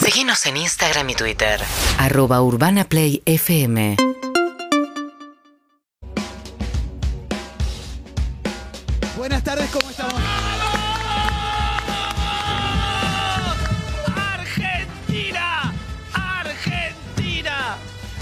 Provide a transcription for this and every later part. Seguinos en Instagram y Twitter. Arroba Urbana Play FM. Buenas tardes, ¿cómo estamos? ¡Argentina! ¡Argentina!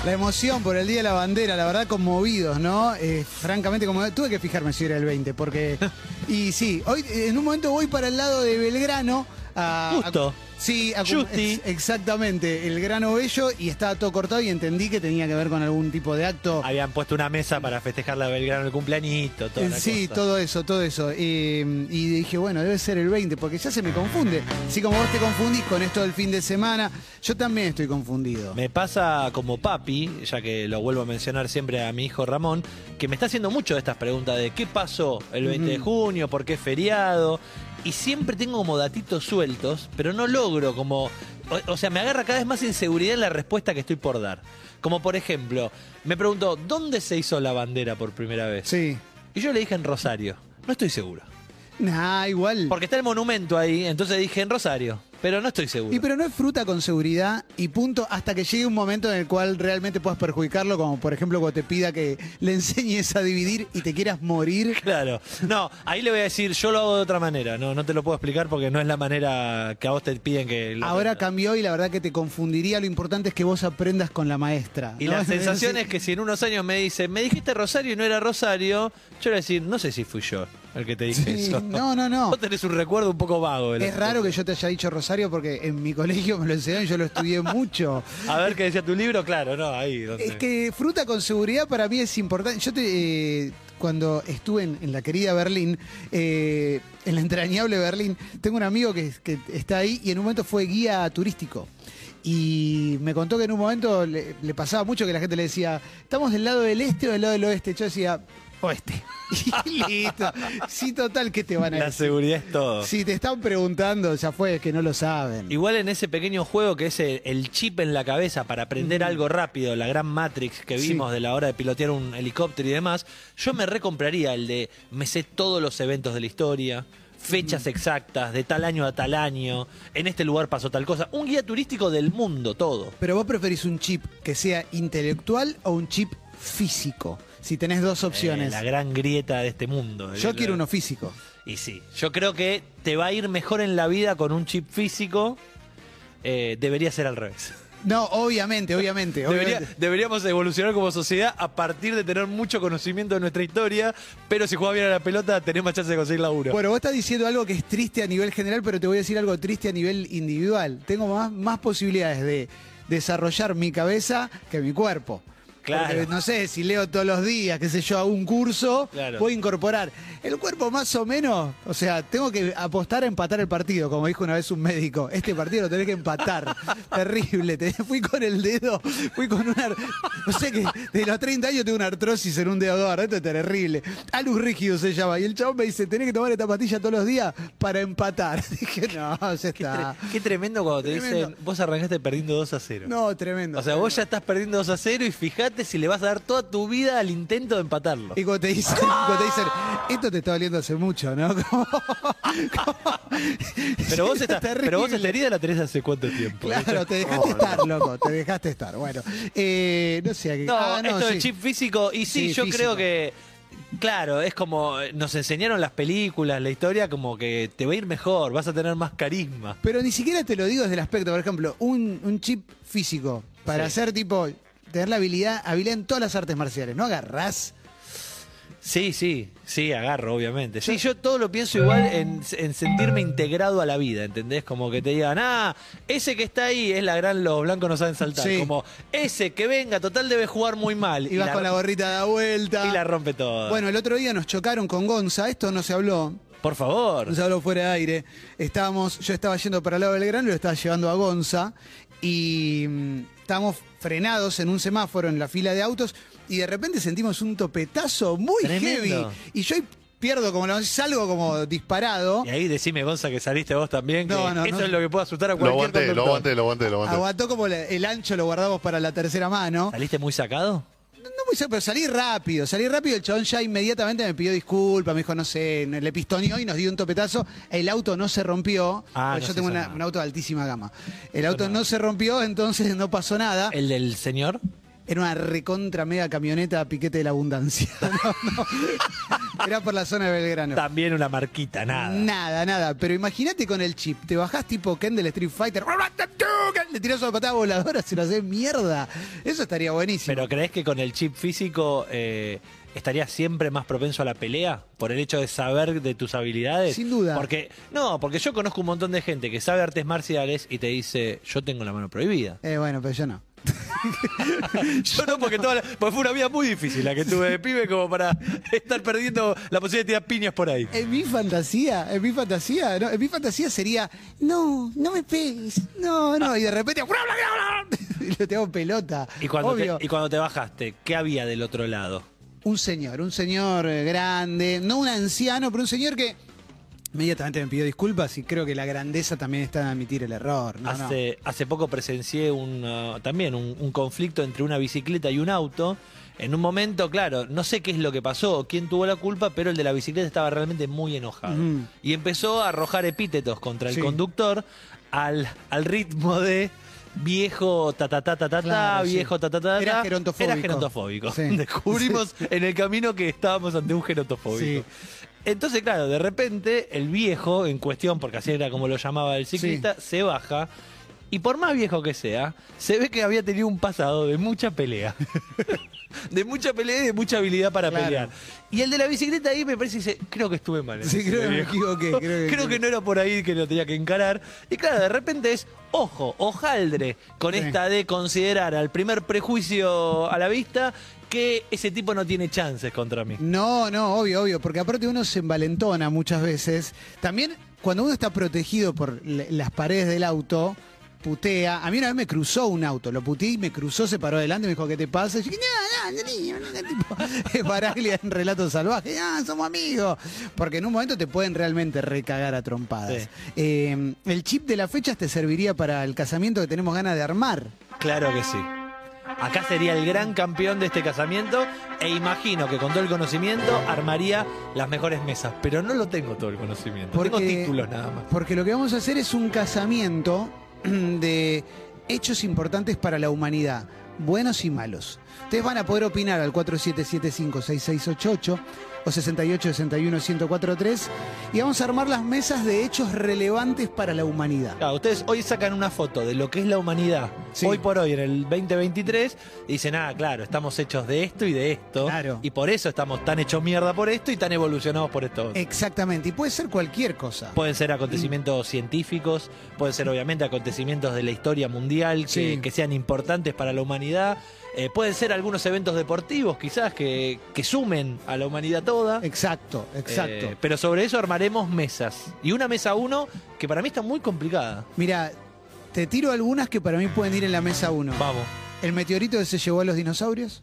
La emoción por el Día de la Bandera, la verdad conmovidos, ¿no? Eh, francamente, como tuve que fijarme si era el 20, porque... Y sí, hoy eh, en un momento voy para el lado de Belgrano. A, Justo. a- sí, a- Justi. ex- exactamente, el grano bello y estaba todo cortado y entendí que tenía que ver con algún tipo de acto. Habían puesto una mesa para festejar la Belgrano el cumpleañito, toda la Sí, cosa. todo eso, todo eso. Eh, y dije, bueno, debe ser el 20, porque ya se me confunde. Así como vos te confundís con esto del fin de semana, yo también estoy confundido. Me pasa como papi, ya que lo vuelvo a mencionar siempre a mi hijo Ramón, que me está haciendo mucho de estas preguntas de qué pasó el 20 de junio, por qué es feriado, y siempre tengo como datitos sueltos, pero no logro como... O, o sea, me agarra cada vez más inseguridad en la respuesta que estoy por dar. Como por ejemplo, me preguntó, ¿dónde se hizo la bandera por primera vez? Sí. Y yo le dije en Rosario, no estoy seguro. Nah, igual. Porque está el monumento ahí, entonces dije en Rosario, pero no estoy seguro. Y pero no es fruta con seguridad y punto hasta que llegue un momento en el cual realmente puedas perjudicarlo, como por ejemplo cuando te pida que le enseñes a dividir y te quieras morir. Claro. No, ahí le voy a decir, yo lo hago de otra manera. No, no te lo puedo explicar porque no es la manera que a vos te piden que lo Ahora aprendas. cambió y la verdad que te confundiría. Lo importante es que vos aprendas con la maestra. Y ¿no? la Es sensación decir, es que si en unos años me dicen, me dijiste Rosario y no era Rosario, yo le voy a decir, no sé si fui yo el que te dije Sí, eso. no, no, no. Vos tenés un recuerdo un poco vago. de la Es raro que yo te haya dicho Rosario porque en mi colegio me lo enseñaron y yo lo estudié mucho. situación. A ver qué decía tu libro, claro, no, ahí. donde- Es que fruta con seguridad para mí es importante. Yo te, eh, cuando estuve en, en la querida Berlín, eh, en la entrañable Berlín, tengo un amigo que, que está ahí y en un momento fue guía turístico. Y me contó que en un momento le, le pasaba mucho que la gente le decía, ¿estamos del lado del este o del lado del oeste? Yo decía, oeste. Y listo. Sí, total, ¿qué te van a La decir? seguridad es todo. Si te están preguntando, ya fue, que no lo saben. Igual en ese pequeño juego que es el, el chip en la cabeza para aprender algo rápido, la gran Matrix que Sí. vimos de la hora de pilotear un helicóptero y demás, yo me recompraría el de me sé todos los eventos de la historia, fechas exactas, de tal año a tal año, en este lugar pasó tal cosa, un guía turístico del mundo, todo. Pero vos preferís un chip que sea intelectual o un chip físico. Si tenés dos Eh, opciones. la gran grieta de este mundo. Yo El- quiero uno físico. Y sí, yo creo que te va a ir mejor en la vida con un chip físico, eh, debería ser al revés. No, obviamente, obviamente. Debería- obviamente. deberíamos evolucionar como sociedad a partir de tener mucho conocimiento de nuestra historia, pero si jugás bien a la pelota tenés más chance de conseguir laburo. Bueno, vos estás diciendo algo que es triste a nivel general, pero te voy a decir algo triste a nivel individual. Tengo más, más posibilidades de desarrollar mi cabeza que mi cuerpo. Claro. Porque, no sé, si leo todos los días, qué sé yo, hago un curso, Claro. voy a incorporar. El cuerpo más o menos, o sea, tengo que apostar a empatar el partido, como dijo una vez un médico. Este partido lo tenés que empatar. Terrible. Te- fui con el dedo, fui con una... ar- No sé, que de los 30 años tengo una artrosis en un dedo gordo. Esto es terrible. Alus rígido se llama. Y el chabón me dice, tenés que tomar esta pastilla todos los días para empatar. Dije, no, ya qué, tre- está. qué tremendo cuando te ah. Tremendo. dicen, vos arrancaste perdiendo 2 a 0. No, tremendo. o sea, vos ya estás perdiendo 2 a 0 y fíjate si le vas a dar toda tu vida al intento de empatarlo. Y cuando te dicen, cuando te dicen, esto te está doliendo hace mucho, ¿no? Como- como- Pero vos, esta, Terrible. pero vos esta herida la tenés hace cuánto tiempo. Claro, te "Oh, dejaste estar, loco, te dejaste estar. Bueno, eh, no sé. a qué- No, ah, no, esto del sí. chip físico, y sí, Sí, yo físico. creo que, claro, es como eh, nos enseñaron las películas, la historia, como que te va a ir mejor, vas a tener más carisma. Pero ni siquiera te lo digo desde el aspecto, por ejemplo, un, un chip físico para Sí. hacer tipo, tener la habilidad, habilidad en todas las artes marciales, ¿no? Agarrás. Sí, sí, sí, agarro, obviamente. Sí, yo todo lo pienso igual en, en sentirme integrado a la vida, ¿entendés? Como que te digan, ah, ese que está ahí es la gran, los blancos no saben saltar. Sí. Como, ese que venga, total debe jugar muy mal. Y vas con la gorrita de la vuelta. y la rompe todo. Bueno, el otro día nos chocaron con Gonza, esto no se habló, por favor. Nos habló fuera de aire. Estábamos, yo estaba yendo para el lado del grano y lo estaba llevando a Gonza. Y mm, estábamos frenados en un semáforo en la fila de autos. Y de repente sentimos un topetazo muy Tremendo. heavy. Y yo ahí pierdo como la- salgo como disparado. Y ahí decime, Gonza, que saliste vos también. Que No, no, eso no. es lo que puede asustar a Lo cualquier aguanté, lo conductor. aguanté, lo aguanté, lo aguanté. Aguantó como la- el ancho, lo guardamos para la tercera mano. ¿Saliste muy sacado? No muy cerca, pero salí rápido, salí rápido. El chabón ya inmediatamente me pidió disculpas, me dijo, no sé, le pistoneó y nos dio un topetazo. El auto no se rompió. Ah, porque no yo se tengo hizo una- nada. un auto de altísima gama. El auto no se rompió, entonces no pasó nada. ¿El del señor? Era una recontra mega camioneta piquete de la abundancia. No, no. Era por la zona de Belgrano. También una marquita, nada. Nada, nada. Pero imagínate con el chip. Te bajás tipo Ken del Street Fighter. Le tirás una patada voladora, se lo haces mierda. Eso estaría buenísimo. ¿Pero crees que con el chip físico eh, estarías siempre más propenso a la pelea? Por el hecho de saber de tus habilidades. Sin duda. Porque, no, porque yo conozco un montón de gente que sabe artes marciales y te dice, yo tengo la mano prohibida. Eh, bueno, pero yo no. Yo no, porque, toda la- porque fue una vida muy difícil la que tuve de pibe como para estar perdiendo la posibilidad de tirar piñas por ahí. En mi fantasía, en mi fantasía, no, en mi fantasía sería, no, no me pegues, no, no, y de repente, y lo tengo pelota. Y cuando, te, Obvio. y cuando te bajaste, ¿qué había del otro lado? un señor, un señor eh, grande, no un anciano, pero un señor que inmediatamente me pidió disculpas y creo que la grandeza también está en admitir el error. No, no. hace, hace poco presencié un, uh, también un, un conflicto entre una bicicleta y un auto. En un momento, claro, no sé qué es lo que pasó, o quién tuvo la culpa, pero el de la bicicleta estaba realmente muy enojado. Ujú. Y empezó a arrojar epítetos contra el Sí. conductor al, al ritmo de viejo ta ta ta ta ta, ta, Claro, sí. viejo ta ta ta ta, Era ta. gerontofóbico. Era gerontofóbico. Sí. Descubrimos en el camino que estábamos ante un gerontofóbico. Entonces, claro, de repente el viejo en cuestión, porque así era como lo llamaba el ciclista, se baja y por más viejo que sea, se ve que había tenido un pasado de mucha pelea. de mucha pelea y de mucha habilidad para Claro. pelear. Y el de la bicicleta ahí me parece y dice, creo que estuve mal. Sí, creo que me Viejo. equivoqué, creo que- Creo que no era por ahí que lo tenía que encarar. Y claro, de repente es, ojo, hojaldre, con Sí. esta de considerar al primer prejuicio a la vista que ese tipo no tiene chances contra mí. No, no, obvio, obvio, porque aparte uno se envalentona muchas veces. También cuando uno está protegido por le- las paredes del auto, putea. A mí una vez me cruzó un auto, lo puteé y me cruzó, se paró adelante, me dijo, ¿qué te pasa? Y yo, no, no, niño, no", tipo, es Baraglia en relato salvaje, ah, somos amigos. Porque en un momento te pueden realmente recagar a trompadas. Sí. Eh, el chip de las fechas te serviría para el casamiento que tenemos ganas de armar. Claro que sí. Acá sería el gran campeón de este casamiento e imagino que con todo el conocimiento armaría las mejores mesas, pero no lo tengo todo el conocimiento, tengo títulos nada más. Porque lo que vamos a hacer es un casamiento de hechos importantes para la humanidad, buenos y malos. Ustedes van a poder opinar al 4775-6688 o 6861-1043 y vamos a armar las mesas de hechos relevantes para la humanidad. Claro, Ah, ustedes hoy sacan una foto de lo que es la humanidad, Sí. hoy por hoy en el 2023, y dicen, ah, claro, estamos hechos de esto y de esto, Claro. y por eso estamos tan hechos mierda por esto y tan evolucionados por esto. otro. Exactamente, y puede ser cualquier cosa. Pueden ser acontecimientos científicos, pueden ser obviamente acontecimientos de la historia mundial que, Sí. que sean importantes para la humanidad, eh, pueden ser algunos eventos deportivos quizás que, que sumen a la humanidad toda. Exacto, exacto. Eh, pero sobre eso armaremos mesas. Y una mesa uno que para mí está muy complicada. Mira, te tiro algunas que para mí pueden ir en la mesa 1. Vamos. El meteorito que se llevó a los dinosaurios.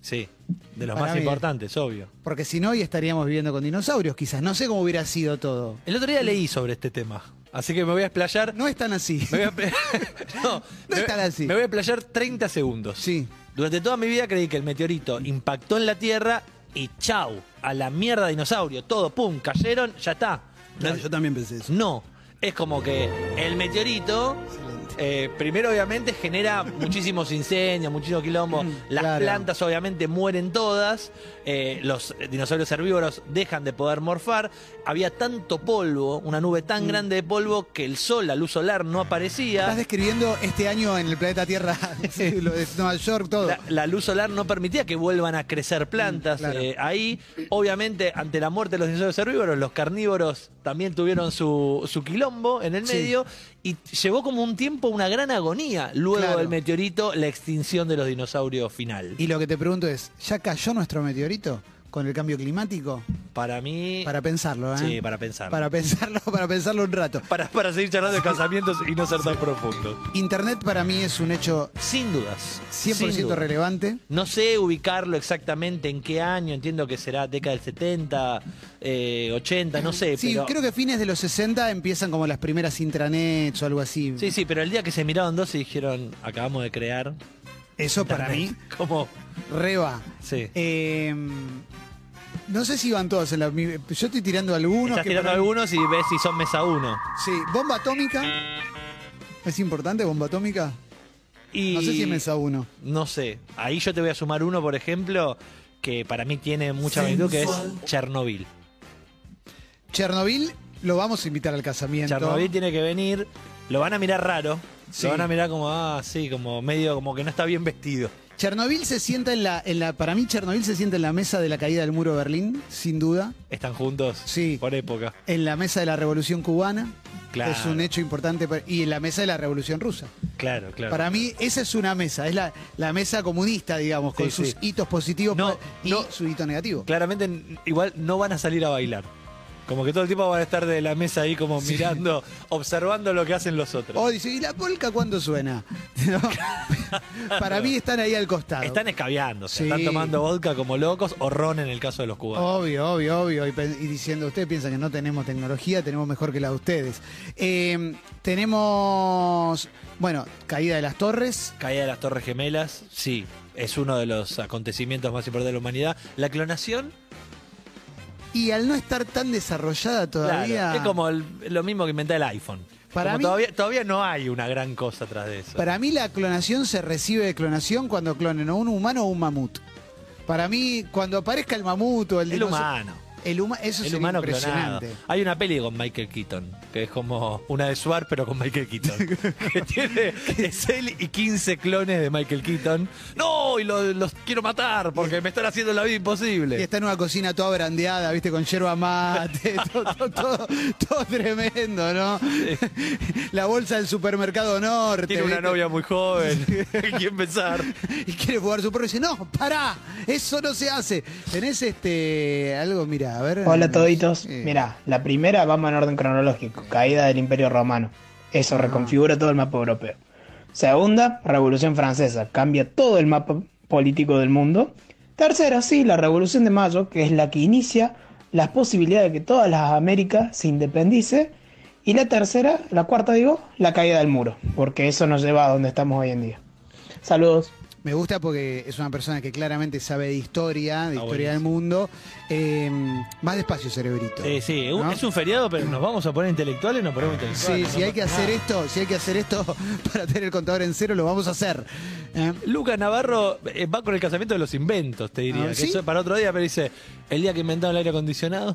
Sí, de los Para más mí. importantes, obvio. Porque si no, hoy estaríamos viviendo con dinosaurios, quizás. No sé cómo hubiera sido todo. El otro día leí sobre este tema, así que me voy a explayar. No es tan así. Me voy a, pe- no, me es tan voy- así. me voy a explayar 30 segundos. Sí. Durante toda mi vida creí que el meteorito impactó en la Tierra y chau, a la mierda dinosaurio, todo, pum, cayeron, ya está. No, también pensé eso. no, es como que el meteorito, eh, primero obviamente genera muchísimos incendios, muchísimos quilombos, las Mm, Claro. plantas obviamente mueren todas, eh, los dinosaurios herbívoros dejan de poder morfar, había tanto polvo, una nube Mm. tan grande de polvo que el sol, la luz solar no aparecía. Estás describiendo este año en el planeta Tierra, sí, lo de Nueva York, todo. La, la luz solar no permitía que vuelvan a crecer plantas Mm, claro. eh, ahí. Obviamente, ante la muerte de los dinosaurios herbívoros, los carnívoros también tuvieron su, su quilombo en el Sí. medio y llevó como un tiempo una gran agonía luego Claro. del meteorito, la extinción de los dinosaurios final. Y lo que te pregunto es, ¿ya cayó nuestro meteorito con el cambio climático? para mí, Para pensarlo, ¿eh? Sí, para pensar. Para pensarlo, para pensarlo un rato. para, para seguir charlando de casamientos y no ser tan profundos. Internet para mí es un hecho Sin dudas. 100% sin dudas. relevante. No sé ubicarlo exactamente en qué año, entiendo que será década del 70, eh, 80, no sé. Sí, pero... creo que fines de los 60 empiezan como las primeras intranets o algo así. Sí, sí, pero el día que se miraron dos y dijeron, acabamos de crear Eso para mí, Como, reba. sí. Eh, no sé si van todos en la. mi- Yo estoy tirando algunos. Estás que tirando para- algunos y ves si son mesa uno. Sí, bomba atómica. ¿Es importante bomba atómica? Y No sé si es mesa uno. No sé. Ahí yo te voy a sumar uno, por ejemplo, que para mí tiene mucha virtud, que es Chernobyl. Chernobyl lo vamos a invitar al casamiento. Chernobyl tiene que venir. Lo van a mirar raro. Sí. Lo van a mirar como, ah, sí, como medio, como que no está bien vestido. Chernobyl se sienta en la, en la. Para mí, Chernobyl se sienta en la mesa de la caída del muro de Berlín, sin duda. Están juntos Sí. por época. En la mesa de la revolución cubana. Claro. Es un hecho importante. pa- Y en la mesa de la revolución rusa. Claro, claro. Para mí, esa es una mesa. Es la, la mesa comunista, digamos, con Sí, sus sí. hitos positivos No, y no. su hito negativo. Claramente, n- igual no van a salir a bailar. Como que todo el tiempo van a estar de la mesa ahí como mirando, observando lo que hacen los otros. O Oh, dice, ¿y la polca cuándo suena? ¿No? Para mí están ahí al costado. Están escabeando, se Sí. están tomando vodka como locos o ron en el caso de los cubanos. Obvio, obvio, obvio. Y, pe- y diciendo, ustedes piensan que no tenemos tecnología, tenemos mejor que la de ustedes. Eh, tenemos, bueno, caída de las torres. Caída de las Torres Gemelas, sí, es uno de los acontecimientos más importantes de la humanidad. La clonación, Y al no estar tan desarrollada claro, todavía... es como el- lo mismo que inventa el iPhone. Para Como mí- todavía, todavía no hay una gran cosa atrás de eso. Para mí la clonación se recibe de clonación cuando clonen o un humano o un mamut. Para mí, cuando aparezca el mamut o el el dinosau- humano. El, huma- eso El sería humano clonado. impresionante. Hay una peli con Michael Keaton, que es como una de Suar, pero con Michael Keaton. que tiene es él y 15 clones de Michael Keaton. ¡No! Y lo- los quiero matar porque me están haciendo la vida imposible. Y este está en una cocina toda brandeada, viste, con yerba mate, todo, todo, todo- todo tremendo, ¿no? La bolsa del supermercado norte. Tiene una ¿viste? novia muy joven. Hay que empezar. Y quiere jugar su perro y dice, no, pará, eso no se hace. Tenés este algo, mira, a ver. Hola toditos. Eh, Mirá, la primera vamos en orden cronológico, caída del Imperio Romano. Ah. Eso reconfigura todo el mapa europeo. Segunda, Revolución Francesa, cambia todo el mapa político del mundo. Tercera, sí, la Revolución de Mayo, que es la que inicia las posibilidades de que todas las Américas se independice. Y la tercera, la cuarta digo, la caída del muro, porque eso nos lleva a donde estamos hoy en día. Saludos. Me gusta porque es una persona que claramente sabe de historia, de Ah, historia del mundo. Eh, más despacio, cerebrito. Sí, sí, ¿no? es un feriado, pero nos vamos a poner intelectuales, nos ponemos Sí, intelectuales. si hay que hacer esto, si hay que hacer esto para tener el contador en cero, lo vamos a hacer. ¿eh? Lucas Navarro eh, va con el casamiento de los inventos, te diría. Ah, que ¿sí? eso es para otro día, pero dice: el día que inventaron el aire acondicionado,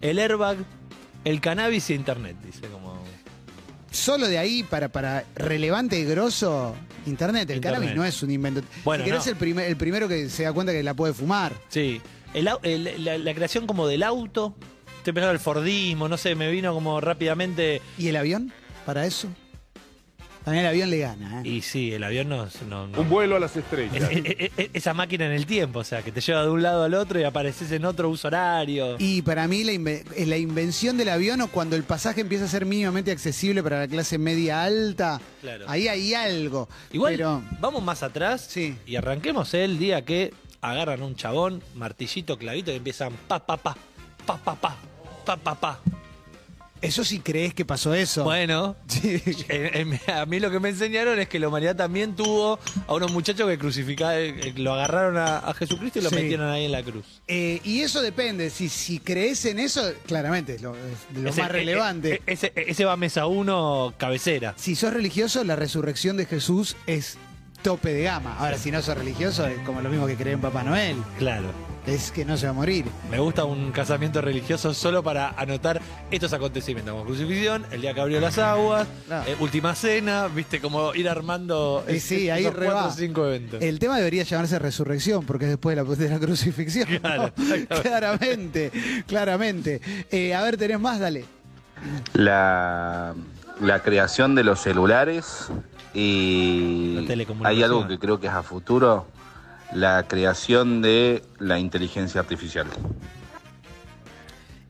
el airbag, el cannabis y internet. Dice como. Solo de ahí para, para relevante y grosso, internet, el Internet. cannabis no es un invento. Bueno, si querés no. el, primer- el primero que se da cuenta que la puede fumar. Sí. El au- el- la, la creación como del auto. Estoy pensando el Fordismo, no sé, me vino como rápidamente. ¿Y el avión? ¿Para eso? También el avión le gana, ¿eh? Y sí, el avión no. no- no- Un vuelo a las Es- estrellas. es- es- esa máquina en el tiempo, o sea, que te lleva de un lado al otro y apareces en otro uso horario. Y para mí la, inve- es la invención del avión o cuando el pasaje empieza a ser mínimamente accesible para la clase media alta, Claro. ahí hay algo. Igual, Pero, vamos más atrás Sí. y arranquemos el día que agarran un chabón, martillito, clavito y empiezan pa, pa, pa, pa, pa, pa, pa, pa, pa. eso sí crees que pasó eso. Bueno, Sí. en- en- a mí lo que me enseñaron es que la humanidad también tuvo a unos muchachos que crucificaron, eh, lo agarraron a, a Jesucristo y lo Sí. metieron ahí en la cruz. Eh, y eso depende, si, si crees en eso, claramente, es lo, es lo Ese- más eh, relevante. eh, Ese, ese va a mesa uno, cabecera. si sos religioso, la resurrección de Jesús es tope de gama. Ahora, si no sos religioso, es como lo mismo que creer en Papá Noel, Claro. es que no se va a morir. Me gusta un casamiento religioso solo para anotar estos acontecimientos, como crucifixión, el día que abrió las aguas, Claro. eh, última cena, viste, como ir armando Y es- sí, ahí Eh, esos re cuatro va. o cinco eventos. El tema debería llamarse resurrección, porque es después de la, de la crucifixión. ¿no? Claro, exactamente. claramente, claramente. Eh, a ver, tenés más, dale. la, la creación de los celulares La y telecomunicación. hay algo que creo que es a futuro, la creación de la inteligencia artificial.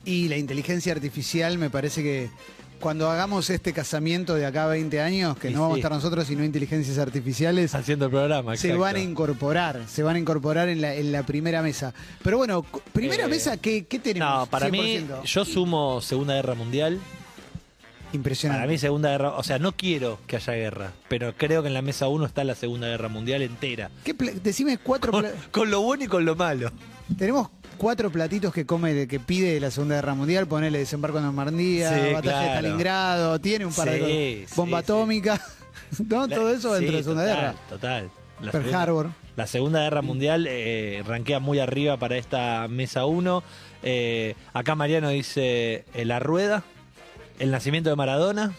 Y la inteligencia artificial me parece que cuando hagamos este casamiento de acá a 20 años, que Y no vamos sí. a estar nosotros sino inteligencias artificiales, Haciendo el programa, se exacto. van a incorporar, se van a incorporar en la, en la primera mesa. Pero bueno, cu- primera Eh, mesa, ¿qué, qué tenemos? No, para mí, 100%? yo sumo Segunda Guerra Mundial. Impresionante. Para mí Segunda Guerra, o sea, no quiero que haya guerra, pero creo que en la mesa 1 está la Segunda Guerra Mundial entera. ¿Qué pla- decime cuatro. Con, pla- con lo bueno y con lo malo. Tenemos cuatro platitos que come, de- que pide de la Segunda Guerra Mundial. Ponele desembarco en Normandía, Sí, batalla de claro. Stalingrado, tiene un par de Sí, cosas. sí, Bomba sí. atómica. ¿no? Todo eso Sí, dentro de la Segunda total, Guerra. Total. La Pearl segunda- Harbor. La Segunda Guerra Mundial eh, rankea muy arriba para esta mesa 1. Eh, acá Mariano dice eh, La Rueda, el nacimiento de Maradona,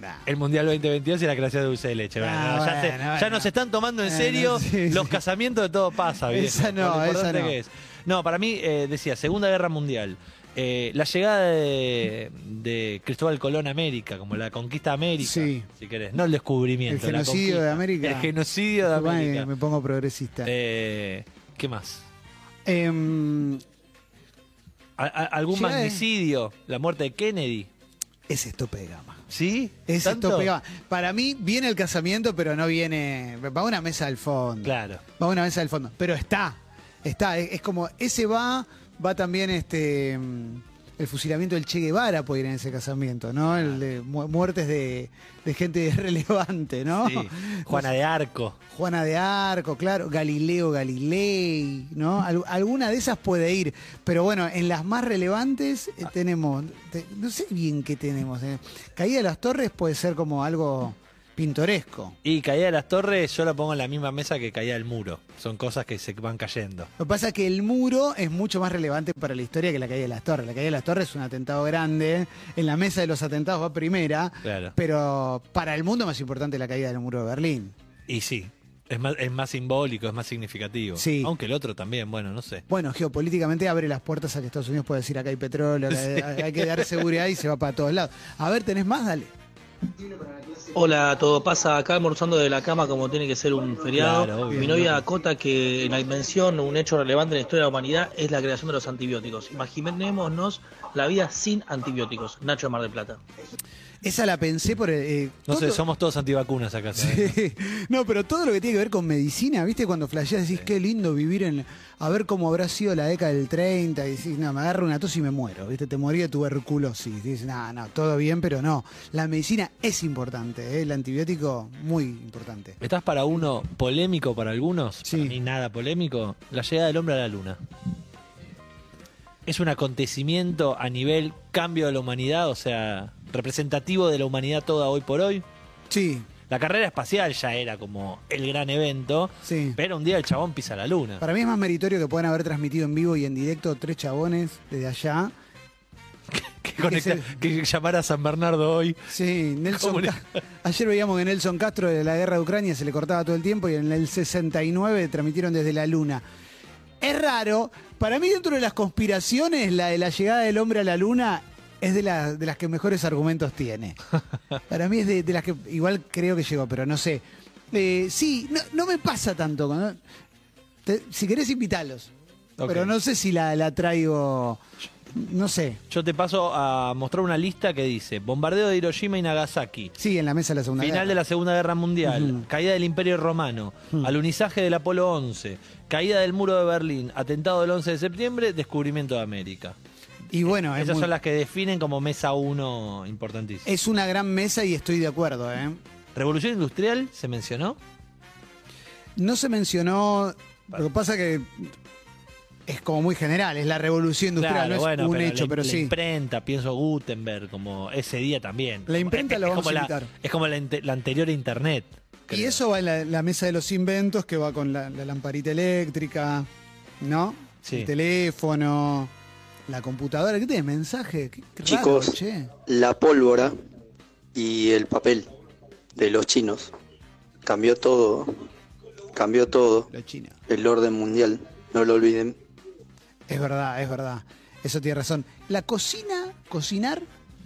Nah. el Mundial 2022 y la creación de dulce de leche. Bueno, Ah, ya, se- bueno, ya bueno. nos están tomando en Bueno, serio sí, los sí. casamientos de todo pasa. viejo, Esa con lo no, esa importante no. que es. No, para mí, eh, decía, Segunda Guerra Mundial. eh, la llegada de, de Cristóbal Colón a América, como la conquista de América, Sí. si querés, no el descubrimiento. El la genocidio conquista. de América. El genocidio de Disculpame que América. Me pongo progresista. Eh, ¿Qué más? Em, ¿A- a- ¿Algún Llegada de- magnicidio? ¿La muerte de Kennedy? ese es tope de gama. ¿Sí? Ese es ¿Tanto? tope de gama. Para mí viene el casamiento, pero no viene. Va a una mesa al fondo. Claro. Va a una mesa del fondo. Pero está. Está. Es, es como, ese va, va también este. mm, El fusilamiento del Che Guevara puede ir en ese casamiento, ¿no? El de mu- muertes de, de gente relevante, ¿no? Sí. Juana de Arco. Juana de Arco, claro, Galileo Galilei, ¿no? Al- alguna de esas puede ir, pero bueno, en las más relevantes eh, tenemos, te- no sé bien qué tenemos. eh. Caída de las Torres puede ser como algo pintoresco. Y caída de las torres, yo la pongo en la misma mesa que caída del muro. Son cosas que se van cayendo. Lo que pasa es que el muro es mucho más relevante para la historia que la caída de las torres. La caída de las torres es un atentado grande, en la mesa de los atentados va primera, Claro. pero para el mundo más importante la caída del muro de Berlín. Y sí, es más, es más simbólico, es más significativo. Sí. Aunque el otro también, bueno, no sé. Bueno, geopolíticamente abre las puertas a que Estados Unidos pueda decir acá hay petróleo, acá hay, hay que dar seguridad y se va para todos lados. A ver, ¿tenés más? Dale. Hola, todo pasa acá almorzando de la cama como tiene que ser un feriado. Claro, obvio. Mi novia acota que la invención, un hecho relevante en la historia de la humanidad, es la creación de los antibióticos. Imaginémonos la vida sin antibióticos. Nacho de Mar del Plata. Esa la pensé por... el, eh, No sé, todo- somos todos antivacunas acá. ¿sabes? Sí. No, pero todo lo que tiene que ver con medicina, ¿viste? Cuando flasheás decís, qué lindo vivir en... A ver cómo habrá sido la década del 30 y decís, no, me agarro una tos y me muero, ¿viste? Te morí de tuberculosis. Dices, no, no, todo bien, pero no. La medicina es importante, ¿eh? el antibiótico muy importante. ¿Estás para uno polémico para algunos? Sí. Para mí nada polémico. La llegada del hombre a la luna. Es un acontecimiento a nivel cambio de la humanidad, o sea, representativo de la humanidad toda hoy por hoy. Sí, La carrera espacial ya era como el gran evento, sí. pero un día el chabón pisa la luna. Para mí es más meritorio que puedan haber transmitido en vivo y en directo tres chabones desde allá. Que, conecta- que llamara a San Bernardo hoy. Sí, Nelson. ¿Cómo le- Ca- Ayer veíamos que Nelson Castro de la guerra de Ucrania se le cortaba todo el tiempo y en el 69 transmitieron desde la luna. Es raro. Para mí, dentro de las conspiraciones, la de la llegada del hombre a la luna es de, la- de las que mejores argumentos tiene. Para mí es de, de las que igual creo que llegó, pero no sé. Eh, sí, no, no me pasa tanto. cuando- te- si querés, invitarlos. Ok. Pero no sé si la, la traigo. No sé. Yo te paso a mostrar una lista que dice: bombardeo de Hiroshima y Nagasaki, Sí, en la mesa de la segunda. Final de la Segunda Guerra Mundial, caída del Imperio Romano, alunizaje del Apolo 11, caída del Muro de Berlín, atentado del 11 de septiembre, descubrimiento de América. Y bueno, Ah, es Esas muy- son las que definen como mesa 1 importantísima. Es una gran mesa y estoy de acuerdo, ¿eh? Revolución Industrial, ¿se mencionó? No se mencionó. Lo que pasa que es como muy general, es la revolución industrial, no es un pero hecho, la, pero la sí. imprenta, pienso Gutenberg, como ese día también. La imprenta Es- la es vamos como a la- invitar. Es como la, ante- la anterior a Internet. Y creo. eso va en la, la mesa de los inventos, que va con la, la lamparita eléctrica, ¿no? Sí. El teléfono, la computadora. ¿Qué tiene? ¿Mensaje? Qué raro, Chicos. che. La pólvora y el papel de los chinos cambió todo, cambió todo La China. el orden mundial, no lo olviden. Es verdad, es verdad. Eso tiene razón. La cocina, cocinar,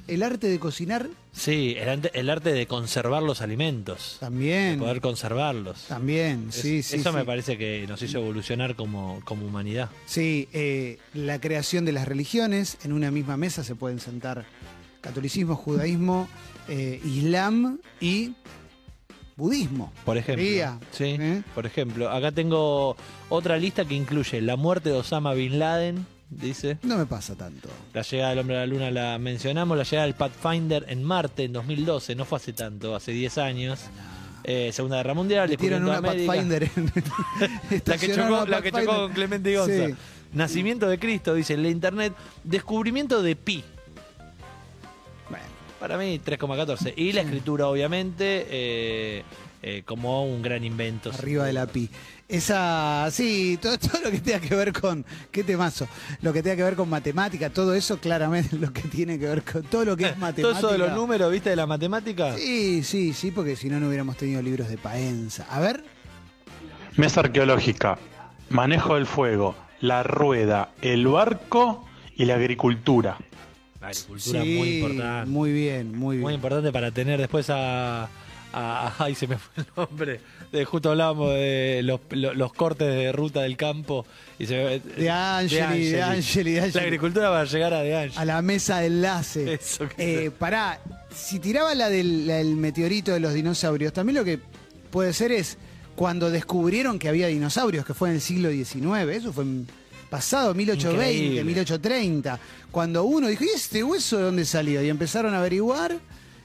el arte de cocinar, Sí, el, ante- el arte de conservar los alimentos, de también. poder conservarlos. También, Es- sí, sí. Eso me sí. parece que nos hizo evolucionar como, como humanidad. Sí, eh, la creación de las religiones, en una misma mesa se pueden sentar catolicismo, judaísmo, eh, islam y budismo. Por ejemplo. Día, Sí, ¿eh? por ejemplo. Acá tengo otra lista que incluye la muerte de Osama Bin Laden, dice. No me pasa tanto. La llegada del hombre a la luna la mencionamos, la llegada del Pathfinder en Marte en 2012, no fue hace tanto, hace 10 años. Eh, Segunda Guerra Mundial, Tienen descubrimiento de una América. Pathfinder en. La que, estacionaron chocó, una la que chocó con Pathfinder. Clemente Gonza. Sí. Nacimiento de Cristo, dice en la internet. Descubrimiento de Pi. Bueno, para mí 3,14. Y la escritura, obviamente, eh, eh, como un gran invento. Arriba de la pi. Esa, sí, todo, todo lo que tenga que ver con, qué temazo, lo que tenga que ver con matemática, todo eso claramente lo que tiene que ver con todo lo que es Todo matemática. eso de los números, ¿viste? De la matemática. Sí, sí, sí, porque si no, no hubiéramos tenido libros de Paenza. A ver, Mesa arqueológica, manejo del fuego, la rueda, el barco y la agricultura. La agricultura Sí, muy importante. Muy, Muy bien, muy bien. importante para tener después a. a- ay, se me fue el nombre. De- justo hablábamos de los, lo- los cortes de ruta del campo. Y se, me- De Angeli, de Angeli, de La Angeli. agricultura para llegar a De Angeli. A la mesa de enlace. Eso que- Eh, pará, si tiraba la del, la del meteorito de los dinosaurios, también lo que puede ser es cuando descubrieron que había dinosaurios, que fue en el siglo XIX, eso fue en pasado, 1820, Increíble. 1830, cuando uno dijo, ¿y este hueso de dónde salió? Y empezaron a averiguar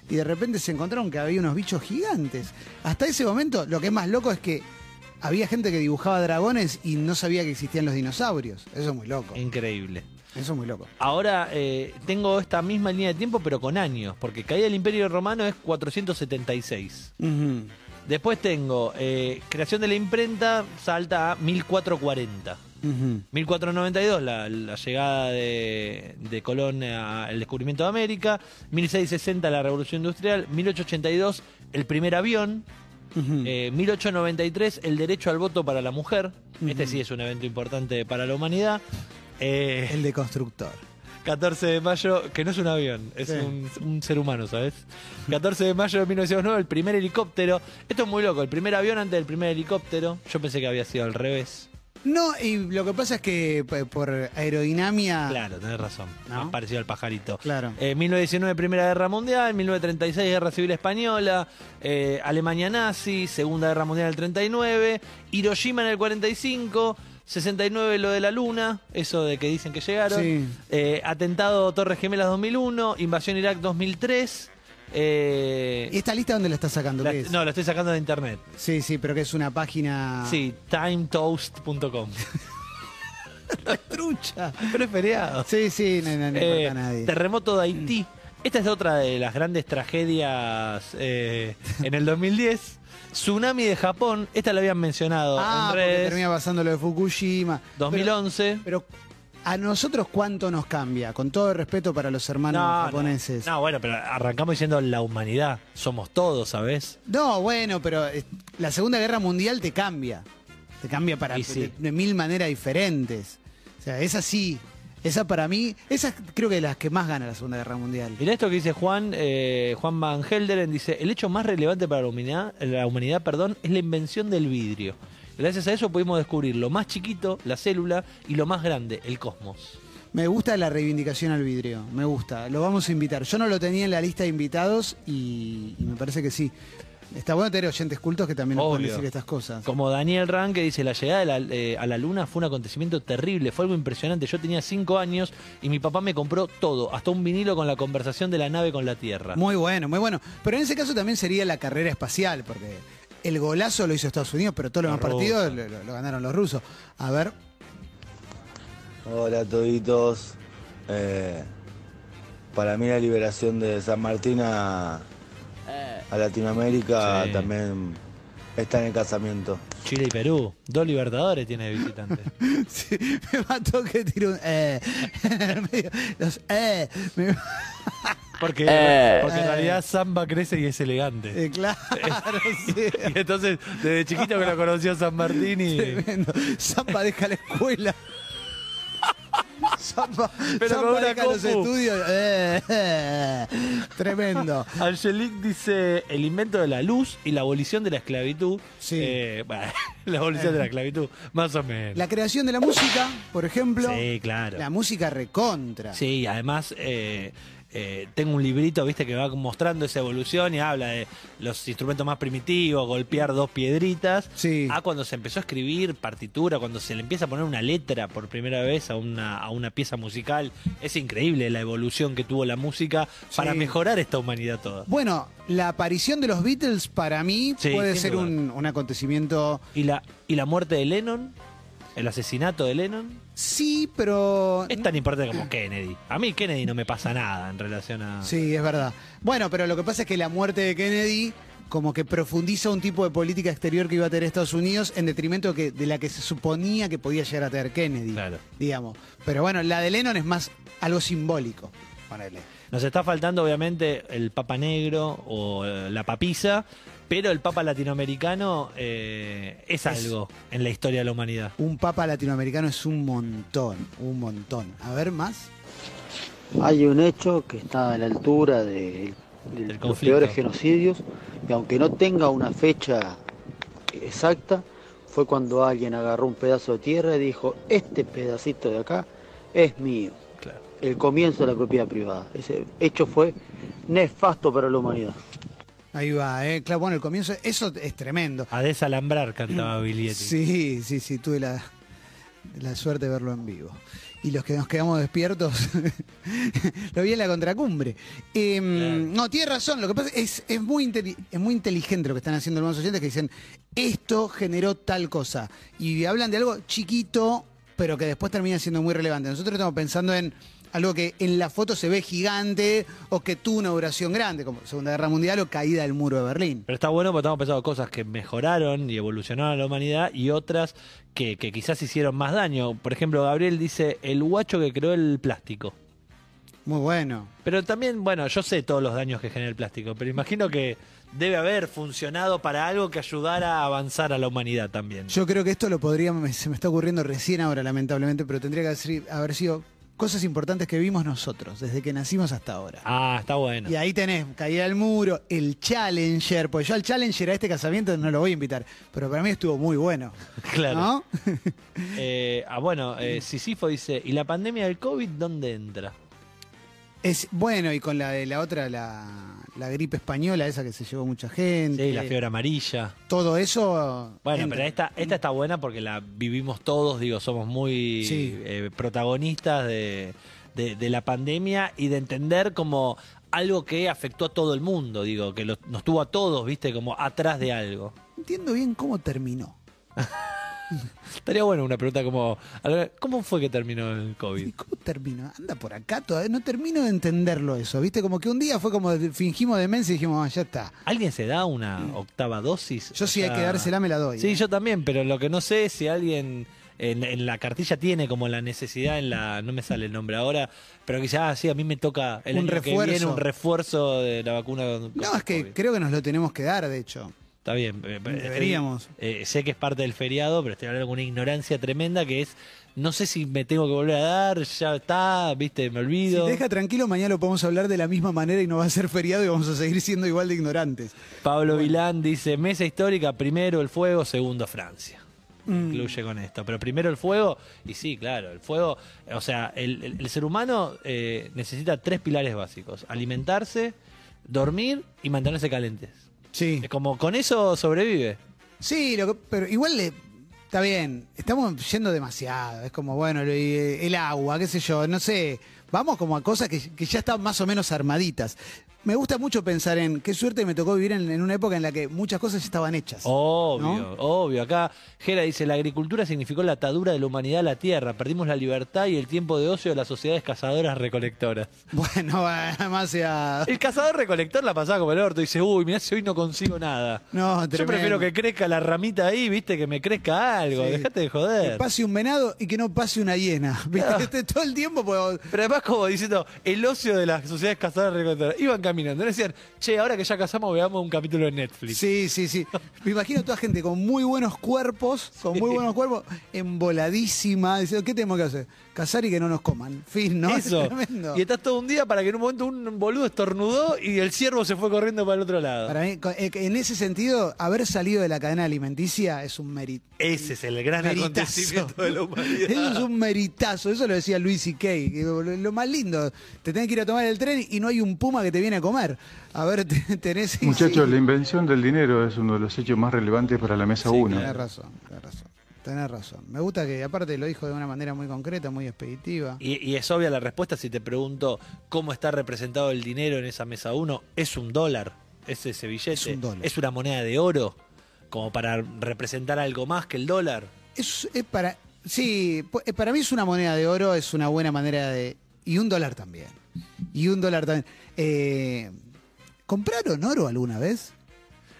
y de repente se encontraron que había unos bichos gigantes. Hasta ese momento, lo que es más loco es que había gente que dibujaba dragones y no sabía que existían los dinosaurios. Eso es muy loco, Eh. Increíble. eso es muy loco. Ahora eh, tengo esta misma línea de tiempo, pero con años, porque caída del Imperio Romano es 476. Ujú. Después tengo eh, creación de la imprenta, salta a 1440. Ujú. 1492, la, la llegada de, de Colón al descubrimiento de América. 1660, la revolución industrial. 1882, el primer avión. Eh, 1893, el derecho al voto para la mujer. Este sí es un evento importante para la humanidad. Eh, El de constructor. 14 de mayo, que no es un avión, es Sí. un, un ser humano, ¿sabes? 14 de mayo de 1909, el primer helicóptero. Esto es muy loco, el primer avión antes del primer helicóptero. Yo pensé que había sido al revés. No, y lo que pasa es que p- por aerodinámica. Claro, tenés razón. Ah. ¿No? Más parecido al pajarito. Claro. Eh, 1919, Primera Guerra Mundial. 1936, Guerra Civil Española. eh, Alemania nazi. Segunda Guerra Mundial del 39. Hiroshima en el 45. 69, lo de la luna. Eso de que dicen que llegaron. Sí. Eh, atentado Torres Gemelas 2001. Invasión Irak 2003. eh, ¿Y esta lista dónde la estás sacando? la- ¿Qué es? Ah. no, lo estoy sacando de internet. Sí, sí, pero que es una página. Sí, timetoast.com. trucha. Pero es feriado. Sí, sí, no, no, no Eh, importa a nadie. Terremoto de Haití. Esta es otra de las grandes tragedias eh, en el 2010. Tsunami de Japón. Esta la habían mencionado Ah, en porque redes. termina pasando lo de Fukushima. 2011. Pero, pero a nosotros, ¿cuánto nos cambia? Con todo el respeto para los hermanos japoneses. no, bueno, pero arrancamos diciendo la humanidad. Somos todos, ¿sabes? No, bueno, pero eh, la Segunda Guerra Mundial te cambia. Te cambia para Y sí. de, de mil maneras diferentes. O sea, esa sí. Esa para mí, esa creo que es la que más gana la Segunda Guerra Mundial. Mirá esto que dice Juan, eh, Juan Van Helderen, dice, el hecho más relevante para la humanidad, la humanidad perdón, es la invención del vidrio. Gracias a eso pudimos descubrir lo más chiquito, la célula, y lo más grande, el cosmos. Me gusta la reivindicación al vidrio, me gusta. Lo vamos a invitar. Yo no lo tenía en la lista de invitados y, y me parece que sí. Está bueno tener oyentes cultos que también nos pueden Obvio. decir estas cosas. Como Daniel Ran que dice, la llegada de la- eh, a la luna fue un acontecimiento terrible, fue algo impresionante. Yo tenía cinco años y mi papá me compró todo, hasta un vinilo con la conversación de la nave con la Tierra. Muy bueno, muy bueno. Pero en ese caso también sería la carrera espacial, porque el golazo lo hizo Estados Unidos, pero todos los Los demás partidos rusos. lo, lo- lo ganaron los rusos. A ver, Hola toditos. Eh, para mí la liberación de San Martín a, a Latinoamérica Sí. también está en el casamiento. Chile y Perú, dos libertadores tiene de visitantes. sí, me mató que tiró un... Eh, en el medio. Los, eh, me- Porque, porque en realidad Samba crece y es elegante. eh, claro, sí. Y entonces, desde chiquito que lo conoció San Martín y... Tremendo. Zampa deja la escuela. Zampa, Pero Zampa con una deja los compu. estudios. Eh, eh. Tremendo. Angelique dice el invento de la luz y la abolición de la esclavitud. Sí. Eh, bueno, la abolición de la esclavitud, más o menos. La creación de la música, por ejemplo. Sí, claro. La música recontra. Sí, además eh, eh, tengo un librito, viste, que va mostrando esa evolución y habla de los instrumentos más primitivos, golpear dos piedritas, Sí. a cuando se empezó a escribir partitura, cuando se le empieza a poner una letra por primera vez a una, a una pieza musical. Es increíble la evolución que tuvo la música para Sí. mejorar esta humanidad toda. Bueno, la aparición de los Beatles para mí Sí, puede sin ser duda. un, un acontecimiento. ¿Y la, y la muerte de Lennon? ¿El asesinato de Lennon? Sí, pero. Es tan importante como Kennedy. A mí Kennedy no me pasa nada en relación a... Sí, es verdad. Bueno, pero lo que pasa es que la muerte de Kennedy como que profundiza un tipo de política exterior que iba a tener Estados Unidos en detrimento que, de la que se suponía que podía llegar a tener Kennedy, Claro. digamos. Pero bueno, la de Lennon es más algo simbólico. Ponele. Nos está faltando obviamente el Papa Negro o eh, la Papisa, pero el Papa Latinoamericano eh, es algo en la historia de la humanidad. Un papa latinoamericano es un montón, un montón. A ver, más. Hay un hecho que está a la altura de, de Del los conflicto. peores genocidios y aunque no tenga una fecha exacta, fue cuando alguien agarró un pedazo de tierra y dijo, este pedacito de acá es mío. Claro. El comienzo de la propiedad privada. Ese hecho fue nefasto para la humanidad. Ahí va, eh. Claro, bueno, el comienzo, eso es tremendo. A desalambrar cantaba Biglietti. Sí, sí, sí, tuve la, la suerte de verlo en vivo. Y los que nos quedamos despiertos, lo vi en la contracumbre. Em, No, tiene razón, lo que pasa es es muy, inteli- es muy inteligente lo que están haciendo hermanos oyentes que dicen, esto generó tal cosa. Y hablan de algo chiquito, pero que después termina siendo muy relevante. Nosotros estamos pensando en algo que en la foto se ve gigante o que tuvo una duración grande, como Segunda Guerra Mundial o caída del muro de Berlín. Pero está bueno porque estamos pensando en cosas que mejoraron y evolucionaron a la humanidad y otras que, que quizás hicieron más daño. Por ejemplo, Gabriel dice, el guacho que creó el plástico. Muy bueno. Pero también, bueno, yo sé todos los daños que genera el plástico, pero imagino que debe haber funcionado para algo que ayudara a avanzar a la humanidad también. Yo creo que esto lo podría, me- se me está ocurriendo recién ahora, lamentablemente, pero tendría que ser- haber sido cosas importantes que vimos nosotros desde que nacimos hasta ahora. Ah, está bueno. Y ahí tenés, caída del muro, el Challenger, pues yo al Challenger a este casamiento no lo voy a invitar, pero para mí estuvo muy bueno, Claro. ¿no? Eh, ah, bueno, eh, Sisifo dice, ¿y la pandemia del COVID dónde entra? Es bueno, y con la de la otra, la, la gripe española, esa que se llevó mucha gente. Sí, la fiebre amarilla. Todo eso. Bueno, entra. pero esta, esta está buena porque la vivimos todos, digo, somos muy Sí. eh, protagonistas de, de- de la pandemia y de entender como algo que afectó a todo el mundo, digo, que lo- nos tuvo a todos, viste, como atrás de algo. Entiendo bien cómo terminó. Estaría bueno una pregunta como, a ver, ¿cómo fue que terminó el COVID? ¿Y cómo termino? Anda por acá, todavía no termino de entenderlo eso, ¿viste? Como que un día fue como de- fingimos demencia y dijimos, ah, ya está. ¿Alguien se da una octava dosis? Mm. Yo O si hay sea, que dársela me la doy. Sí, ¿eh? yo también, pero lo que no sé es si alguien en, en la cartilla tiene como la necesidad, en la no me sale el nombre ahora, pero que dice, ah, sí, a mí me toca el Un año que refuerzo. viene un refuerzo de la vacuna. con- No, con es que COVID". creo que nos lo tenemos que dar, de hecho. Está bien. eh, eh, Deberíamos. eh, sé que es parte del feriado, pero estoy hablando con una ignorancia tremenda que es, no sé si me tengo que volver a dar, ya está, viste, me Si olvido. te deja tranquilo, mañana lo podemos hablar de la misma manera y no va a ser feriado y vamos a seguir siendo igual de ignorantes. Pablo Vilán dice, mesa histórica, primero el fuego, segundo Francia. Incluye con esto. Pero primero el fuego, y sí, claro, el fuego, o sea, el, el- el ser humano eh, necesita tres pilares básicos. Alimentarse, dormir y mantenerse calientes. Sí. Es como con eso sobrevive. Sí, lo que- pero igual le- está bien. Estamos yendo demasiado. Es como, bueno, lo- eh, el agua, qué sé yo, no sé. Vamos como a cosas que, que ya están más o menos armaditas. Me gusta mucho pensar en qué suerte me tocó vivir en, en una época en la que muchas cosas ya estaban hechas. Obvio, obvio. Acá Gera dice, la agricultura significó la atadura de la humanidad a la tierra. Perdimos la libertad y el tiempo de ocio de las sociedades cazadoras recolectoras. Bueno, además sea. El cazador recolector la pasaba como el orto y dice, uy, mirá si hoy no consigo nada. No, Yo prefiero tremendo. que crezca la ramita ahí, viste, que me crezca algo. Sí. Dejate de Que joder. pase un venado y que no pase una hiena. ¿Viste? Todo el tiempo. pues, Pero además como diciendo, el ocio de las sociedades cazadoras recolectoras. Iban caminando. No decían, che, ahora que ya casamos, veamos un capítulo de Netflix. Sí, sí, sí. Me imagino toda gente con muy buenos cuerpos, con muy buenos cuerpos, emboladísima, diciendo, ¿qué tenemos que hacer? Casar y que no nos coman. Fin, ¿no? Eso. Es tremendo. Y estás todo un día para que en un momento un boludo estornudó y el ciervo se fue corriendo para el otro lado. Para mí, co- eh, en ese sentido, haber salido de la cadena alimenticia es un mérito. Ese es el gran Meritazo. acontecimiento de la humanidad. Eso es un meritazo, eso lo decía Luis y Lo más lindo, te tenés que ir a tomar el tren y no hay un puma que te viene a comer. A ver, te- tenés. Muchachos, sí, la invención del dinero es uno de los hechos más relevantes para la mesa 1. Tenés razón, tenés razón. Tenés razón. Me gusta que, aparte, lo dijo de una manera muy concreta, muy expeditiva. Y, y es obvia la respuesta si te pregunto cómo está representado el dinero en esa mesa 1. Es un dólar, es ese billete. Es un dólar. Es una moneda de oro, como para representar algo más que el dólar. Es, es para. Sí, po- eh, para mí es una moneda de oro, es una buena manera de. Y un dólar también. Y un dólar también. Eh, ¿Compraron oro alguna vez?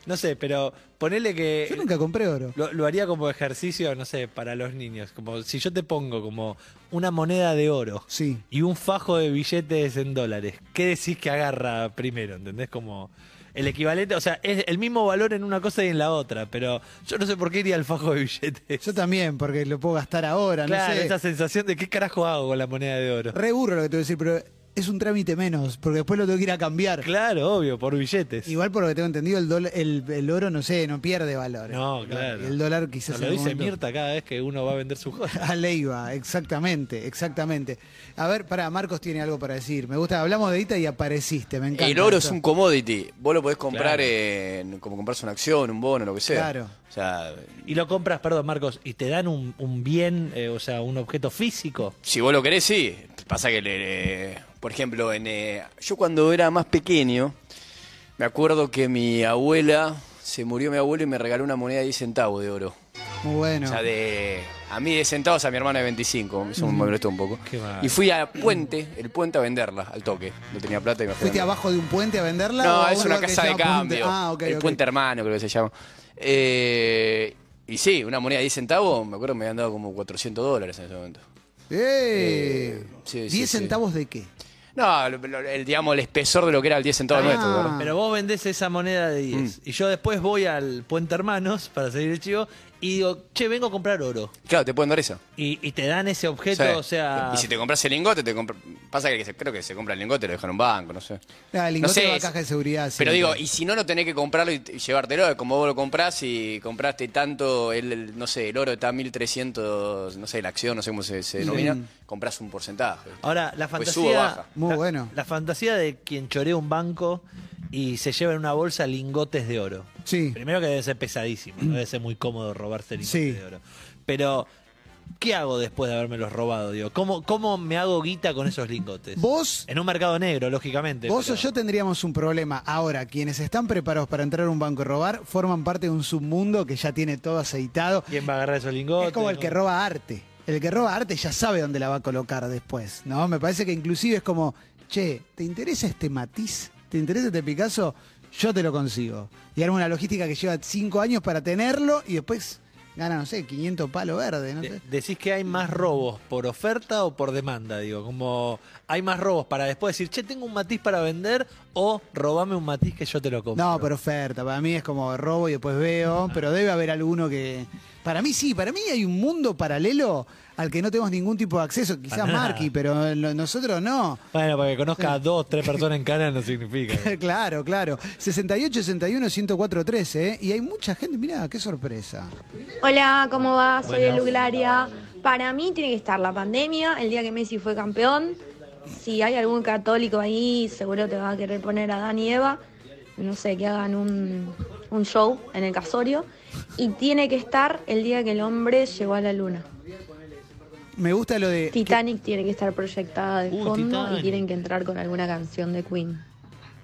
No sé, pero ponele que... Yo nunca compré oro. Lo, lo haría como ejercicio, no sé, para los niños. Como si yo te pongo como una moneda de oro Sí. y un fajo de billetes en dólares, ¿qué decís que agarra primero? ¿Entendés? Como el equivalente, o sea, es el mismo valor en una cosa y en la otra, pero yo no sé por qué iría al fajo de billetes. Yo también, porque lo puedo gastar ahora, Claro, no sé. esa sensación de qué carajo hago con la moneda de oro. Re burro lo que te voy a decir, pero es un trámite menos, porque después lo tengo que ir a cambiar. Claro, obvio, por billetes. Igual por lo que tengo entendido, el, dola- el, el oro, no sé, no pierde valor. No, claro. Y El dólar quizás... Nos lo en algún dice momento- Mirta cada vez que uno va a vender su joya. A Leiva, exactamente, exactamente. A ver, pará, Marcos tiene algo para decir. Me gusta, hablamos de Dita y apareciste, me encanta. El oro esto. es un commodity. Vos lo podés comprar eh. Claro. en, como comprarse una acción, un bono, lo que sea. Claro. O sea, Y lo compras, perdón, Marcos, y te dan un, un bien, eh, o sea, un objeto físico. si vos lo querés, sí. Pasa que, le- le- por ejemplo, en, eh, yo cuando era más pequeño, me acuerdo que mi abuela, se murió mi abuelo y me regaló una moneda de 10 centavos de oro. Muy bueno. O sea, de, a mí 10 centavos, a mi hermana de 25. Eso me Ujú. molestó un poco. Y fui a Puente, el Puente a venderla al toque. No tenía plata y me fui a ¿Fuiste venderla. abajo de un puente a venderla? o No, a es un una lugar que casa se de llama Puente? cambio. Ah, ok, el ok. Puente Hermano, creo que se llama. Eh, y sí, una moneda de 10 centavos, me acuerdo que me habían dado como 400 dólares en ese momento. ¡Eh! sí, sí, ¿Diez sí. centavos de qué? No, lo- lo- el, digamos, el espesor de lo que era el 10 centavos nuestro. ¿verdad? Pero vos vendés esa moneda de 10. Mm. Y yo después voy al Puente Hermanos, para seguir el chivo, y digo, che, vengo a comprar oro. Claro, te pueden dar eso. Y, y te dan ese objeto, Sí. o sea... Y si te compras el lingote, te compra- pasa que se- creo que se compra el lingote y lo dejan en un banco, no sé. Ah, el lingote No sé, va a es- caja de seguridad. Pero siempre. digo, y si no, no tenés que comprarlo y, t- y llevártelo. es Como vos lo comprás y compraste tanto, el, el- no sé, el oro está a 1300, no sé, la acción, no sé cómo se, se denomina, Mm. comprás un porcentaje. Ahora, la Pues fantasía... subo, baja. Muy bueno. La fantasía de quien chorea un banco y se lleva en una bolsa lingotes de oro. Sí. Primero que debe ser pesadísimo, no debe ser muy cómodo robarse lingotes Sí. de oro. Pero, ¿qué hago después de habermelos robado? Digo, ¿cómo, ¿Cómo me hago guita con esos lingotes? Vos En un mercado negro, lógicamente. Vos o pero- yo tendríamos un problema. Ahora, quienes están preparados para entrar a un banco y robar forman parte de un submundo que ya tiene todo aceitado. ¿Quién va a agarrar esos lingotes? Es como el que ¿no? roba arte. El que roba arte ya sabe dónde la va a colocar después, ¿no? Me parece que inclusive es como, che, ¿te interesa este matiz? ¿Te interesa este Picasso? Yo te lo consigo. Y arma una logística que lleva cinco años para tenerlo y después gana, no sé, 500 palos verdes, no De- sé. decís que hay más robos por oferta o por demanda, digo, como hay más robos para después decir, che, tengo un matiz para vender o robame un matiz que yo te lo compro. No, pero oferta. Para mí es como robo y después veo. Ah. Pero debe haber alguno que. Para mí sí, para mí hay un mundo paralelo al que no tenemos ningún tipo de acceso. Quizás nada. Marky, pero lo- nosotros no. Bueno, para que conozca a dos, tres personas en cara no significa. claro, claro. 68, 61, 104, 13. ¿eh? Y hay mucha gente. Mira, qué sorpresa. Hola, ¿cómo va? Soy Buenas. el Uglaria. Para mí tiene que estar la pandemia, el día que Messi fue campeón. Si hay algún católico ahí, seguro te va a querer poner a Dan y Eva. No sé, que hagan un, un show en el casorio. Y tiene que estar el día que el hombre llegó a la luna. Me gusta lo de. Titanic tiene que estar proyectada de Uh, fondo Titanic. y tienen que entrar con alguna canción de Queen.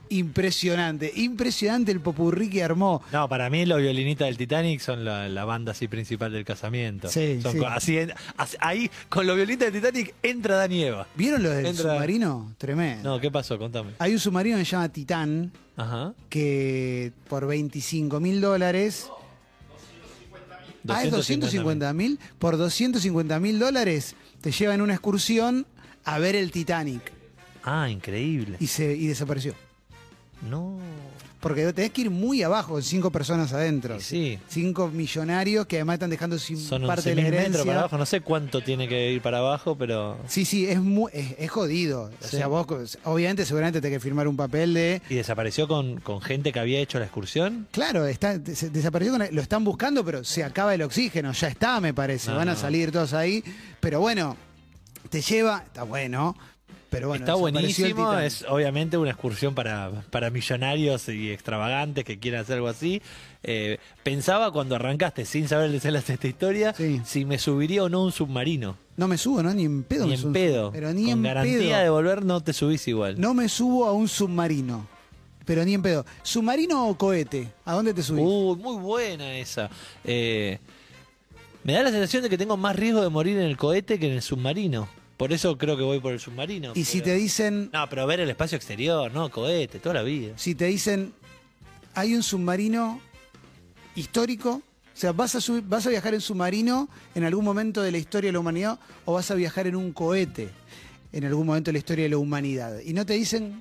Impresionante, impresionante el popurrí que armó. No, para mí los violinistas del Titanic son la, la banda así principal del casamiento. Sí, Son sí. co- así en- así- ahí, con los violinistas del Titanic entra Dani Eva. ¿Vieron lo del Entra- submarino? Tremendo. No, ¿qué pasó? Contame. Hay un submarino que se llama Titán, Ajá. que por 25 mil dólares. Ah, es 250 mil. Por 250 mil dólares te llevan una excursión a ver el Titanic. Ah, increíble. Y, se, y desapareció. No. Porque tenés que ir muy abajo, cinco personas adentro. Sí. Cinco millonarios que además están dejando sin Son parte de 11.000 la herencia. metros para abajo. No sé cuánto tiene que ir para abajo, pero. Sí, sí, es, mu- es, es jodido. O Sí. sea, vos, obviamente, seguramente tenés que firmar un papel de. ¿Y desapareció con, con gente que había hecho la excursión? Claro, está, se- desapareció, con- lo están buscando, pero se acaba el oxígeno, ya está, me parece. No, Van a no. salir todos ahí. Pero bueno, te lleva, está bueno. Pero bueno, Está desapareció el buenísimo, Titanic. es obviamente una excursión para, para millonarios y extravagantes que quieran hacer algo así. Eh, pensaba cuando arrancaste, sin saber de esta historia, si me subiría o no un submarino. No me subo, ¿no? Ni en pedo ni me en subo. pedo. Pero ni Con en garantía pedo. de volver no te subís igual. No me subo a un submarino. Pero ni en pedo. ¿Submarino o cohete? ¿A dónde te subís? Uh, muy buena esa. Eh, me da la sensación de que tengo más riesgo de morir en el cohete que en el submarino. Por eso creo que voy por el submarino. y si pero- te dicen, No, pero ver el espacio exterior, no, cohete, toda la vida. si te dicen, hay un submarino histórico, o sea, ¿vas a, subir- vas a viajar en submarino en algún momento de la historia de la humanidad o vas a viajar en un cohete en algún momento de la historia de la humanidad? Y no te dicen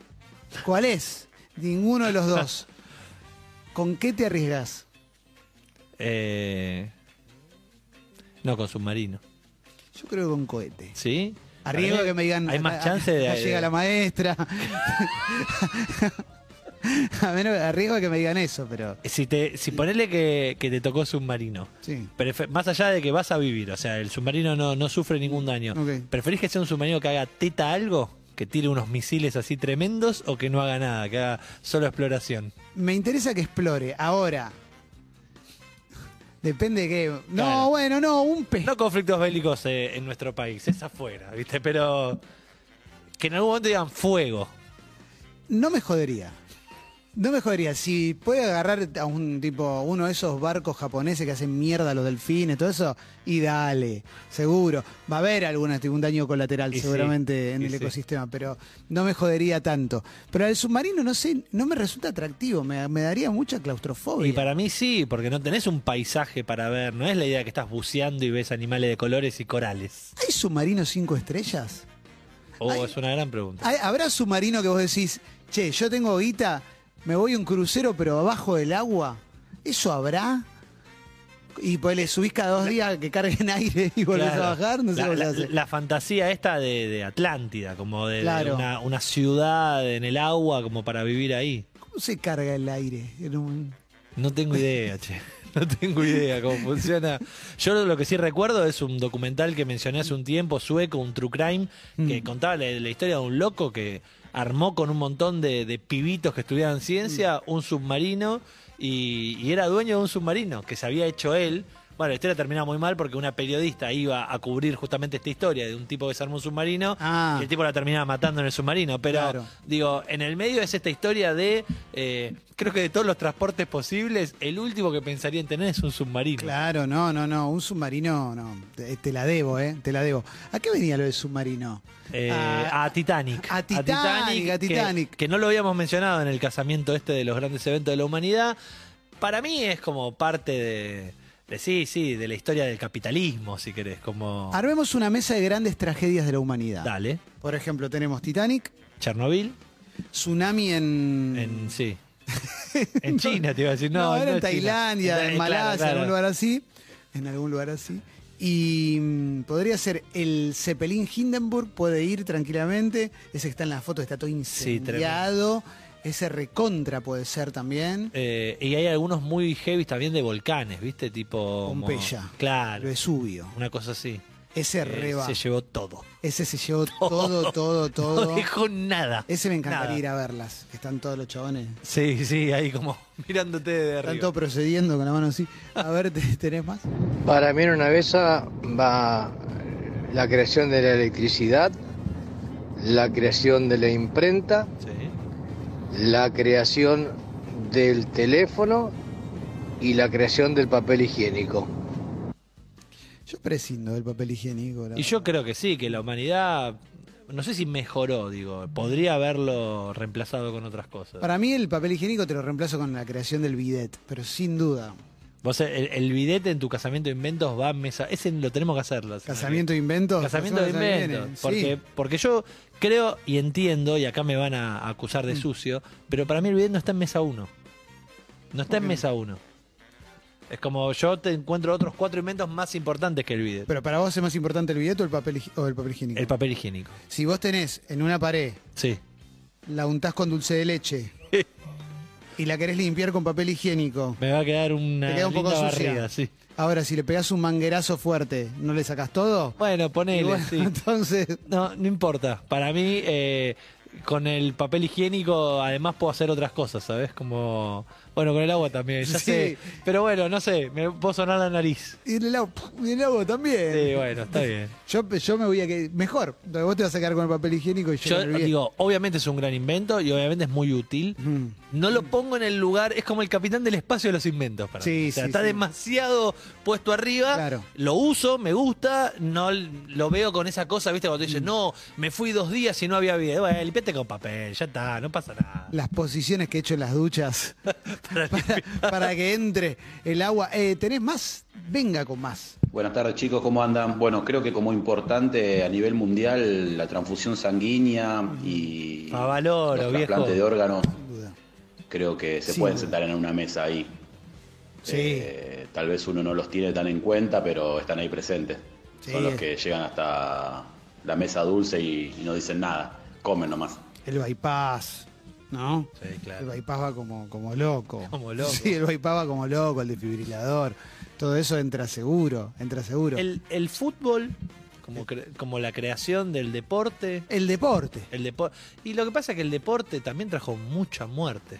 cuál es, ninguno de los dos. ¿Con qué te arriesgas? Eh, no, con submarino. Yo creo que con cohete. ¿Sí? Arriesgo Para mí que me digan. Hay más acá- chance de. acá de- llega la maestra. A menos arriesgo que me digan eso, pero. Si, te, si ponele que, que te tocó submarino, Sí. prefe- más allá de que vas a vivir, o sea, el submarino no, no sufre ningún daño, Ok. ¿preferís que sea un submarino que haga teta algo? ¿Que tire unos misiles así tremendos o que no haga nada, que haga solo exploración? Me interesa que explore. Ahora. Depende de qué. No, Claro. bueno, no, un pez. No conflictos bélicos eh, en nuestro país, es afuera, ¿viste? Pero que en algún momento digan fuego. No me jodería. No me jodería. Si puede agarrar a un tipo, uno de esos barcos japoneses que hacen mierda a los delfines, todo eso, y dale, seguro. Va a haber alguna, tipo, un daño colateral Y sí, seguramente en y el sí. ecosistema, pero no me jodería tanto. Pero el submarino, no sé, no me resulta atractivo, me, me daría mucha claustrofobia. Y para mí sí, porque no tenés un paisaje para ver, no es la idea que estás buceando y ves animales de colores y corales. ¿Hay submarinos cinco estrellas? Oh, es una gran pregunta. ¿Hay- ¿Habrá submarino que vos decís, che, yo tengo guita, me voy a un crucero pero abajo del agua? ¿Eso habrá? Y pues le subís cada dos días que carguen aire y volvés Claro. a bajar, no sé la, cómo se la- hace. la fantasía esta de, de Atlántida, como de, de Claro. una, una ciudad en el agua, como para vivir ahí. ¿Cómo se carga el aire? en un- No tengo idea, che. No tengo idea cómo funciona. Yo lo que sí recuerdo es un documental que mencioné hace un tiempo, sueco, un true crime, Mm. que contaba la, la historia de un loco que armó con un montón de, de pibitos que estudiaban ciencia Mm. un submarino y, y era dueño de un submarino que se había hecho él. Bueno, la historia terminaba muy mal porque una periodista iba a cubrir justamente esta historia de un tipo que se armó un submarino Ah. y el tipo la terminaba matando en el submarino. Pero Claro. Digo, en el medio es esta historia de, eh, creo que de todos los transportes posibles, el último que pensaría en tener es un submarino. Claro, no, no, no, un submarino, no, te, te la debo, ¿eh? Te la debo. ¿A qué venía lo del submarino? Eh, Ah, a Titanic. a Titanic, a que- Titanic. Que, no lo habíamos mencionado en el casamiento este de los grandes eventos de la humanidad. Para mí es como parte de, de sí, sí, de la historia del capitalismo, si querés. Como, Armemos una mesa de grandes tragedias de la humanidad. ah. dale, Por ejemplo, tenemos Titanic, Chernobyl, tsunami en... en, sí. En China, te iba a decir. No, Mm. No, era no en China. Tailandia, en, Eh, claro, Malasia, en claro. algún lugar así. En algún lugar así. Y mm, podría ser el Zeppelin Hindenburg, puede ir tranquilamente. Ese que está en la foto está todo tremendo. incendiado. Ese recontra puede ser también. Eh, y hay algunos muy heavy también de volcanes, ¿viste? Tipo. como- Pompeya. Claro. Vesubio. Una cosa así. Ese Eh, reba. Se llevó todo. Ese se llevó todo, todo, todo. No dejó nada. Ese me encantaría Nada. ir a verlas. que Están todos los chabones. Sí, sí, ahí como mirándote de arriba. Están todos procediendo con la mano así. A ver, ¿te- ¿tenés más? Para mí en una mesa va la creación de la electricidad, la creación de la imprenta, la creación del teléfono y la creación del papel higiénico. Yo prescindo del papel higiénico. la Y yo creo que sí, que la humanidad. No sé si mejoró, digo. Podría haberlo reemplazado con otras cosas. Para mí el papel higiénico te lo reemplazo con la creación del bidet, pero sin duda. Vos, el, el bidete en tu casamiento de inventos va a mesa. Ese lo tenemos que hacerlo. Casamiento de inventos. Casamiento de la semana que inventos. viene. Porque, Sí. porque yo creo y entiendo, y acá me van a acusar Mm. de sucio, pero para mí el bidet no está en mesa 1. No está en mesa 1. Es como yo te encuentro otros cuatro inventos más importantes que el bidet. Pero para vos es más importante el billete o el papel, higi- o el papel higiénico. El papel higiénico. Si vos tenés en una pared, Sí. la untás con dulce de leche y la querés limpiar con papel higiénico. Me va a quedar una Te queda un poco linda sucia. barriga, sí. Ahora, si le pegás un manguerazo fuerte, ¿no le sacás todo? Bueno, ponele, Y bueno, sí. Entonces, No, no importa. Para mí, eh, con el papel higiénico, además puedo hacer otras cosas, ¿sabes? Como. Bueno, con el agua también, ya Sí. sé. Pero bueno, no sé, me puedo sonar la nariz. y el agua, y el agua también. Sí, bueno, está bien. Yo, yo me voy a que mejor. Vos te vas a quedar con el papel higiénico y yo, Yo con el billete. digo, obviamente es un gran invento y obviamente es muy útil. Mm. No lo pongo en el lugar, es como el capitán del espacio de los inventos para Sí, mí. O sea, sí, está sí. demasiado puesto arriba. Lo uso, me gusta, no l- lo veo con esa cosa, ¿viste? Cuando te dicen, no, me fui dos días y no había video. Bueno, limpiate con papel, ya está, no pasa nada. las posiciones que he hecho en las duchas para, para que entre el agua. Eh, ¿Tenés más? Venga con más. Buenas tardes chicos, ¿cómo andan? Bueno, creo que como importante a nivel mundial la transfusión sanguínea y Favaloro, los viejo. trasplantes de órganos, creo que se Sin pueden duda. sentar en una mesa ahí. Eh, tal vez uno no los tiene tan en cuenta, pero están ahí presentes. Sí. Son los que llegan hasta la mesa dulce y, y no dicen nada, comen nomás. El bypass, ¿no? Sí, El bypass va como, como loco. Como loco. Sí, el bypass va como loco, el desfibrilador. Todo eso entra seguro, entra seguro. El, el fútbol, como, cre- como la creación del deporte. El deporte. El depo- y lo que pasa es que el deporte también trajo mucha muerte.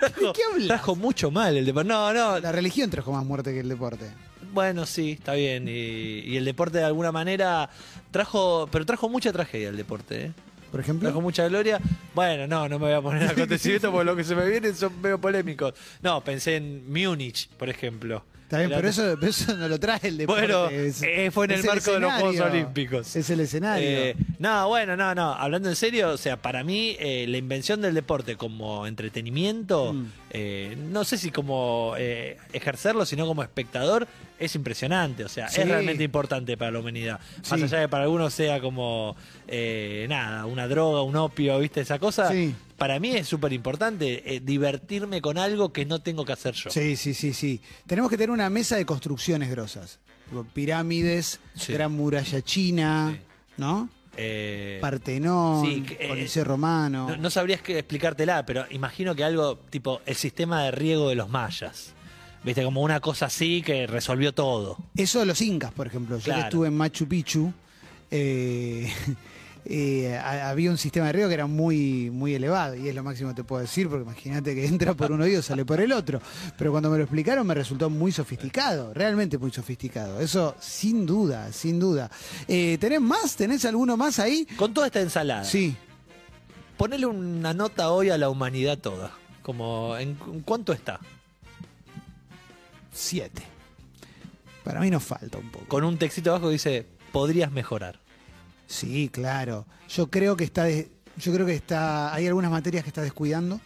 trajo, trajo mucho mal el deporte. No, no. La religión trajo más muerte que el deporte. Bueno, sí, está bien. Y, y el deporte de alguna manera trajo, pero trajo mucha tragedia el deporte. ¿eh? Por ejemplo. Trajo mucha gloria. Bueno, no, no me voy a poner acontecimientos porque lo que se me vienen son medio polémicos. No, pensé en Múnich, por ejemplo. Está bien, El pero otro- eso, pero eso no lo trae el deporte. Bueno, es- eh, fue en es el marco de los Juegos escenario. Olímpicos. Es el escenario. Eh, no, bueno, no, no. Hablando en serio, o sea, para mí eh, la invención del deporte como entretenimiento, Mm. eh, no sé si como eh, ejercerlo, sino como espectador, es impresionante. O sea, Sí. es realmente importante para la humanidad. Más Sí. allá de que para algunos sea como, eh, nada, una droga, un opio, ¿viste? Esa cosa. Sí. Para mí es súper importante eh, divertirme con algo que no tengo que hacer yo. Sí, sí, sí, sí. Tenemos que tener una mesa de construcciones grosas. Tipo, Pirámides, Gran Muralla China, ¿no? Eh, Partenón, sí, que, eh, Coliseo Romano. No, no sabrías que explicártela, pero imagino que algo tipo el sistema de riego de los mayas. Viste, como una cosa así que resolvió todo. Eso de los incas, por ejemplo. Yo que Claro. estuve en Machu Picchu. eh, eh, ha- había un sistema de riego que era muy, muy elevado, y es lo máximo que te puedo decir, porque imagínate que entra por un oído, sale por el otro. Pero cuando me lo explicaron me resultó muy sofisticado, realmente muy sofisticado. Eso sin duda, sin duda. Eh, ¿Tenés más? ¿Tenés alguno más ahí? Con toda esta ensalada. Sí. Ponele una nota hoy a la humanidad toda. Como, ¿en cu- cuánto está? Siete. Para mí nos falta un poco. Con un textito abajo que dice, podrías mejorar. Sí, claro. Yo creo que está, de- yo creo que está, hay algunas materias que está descuidando.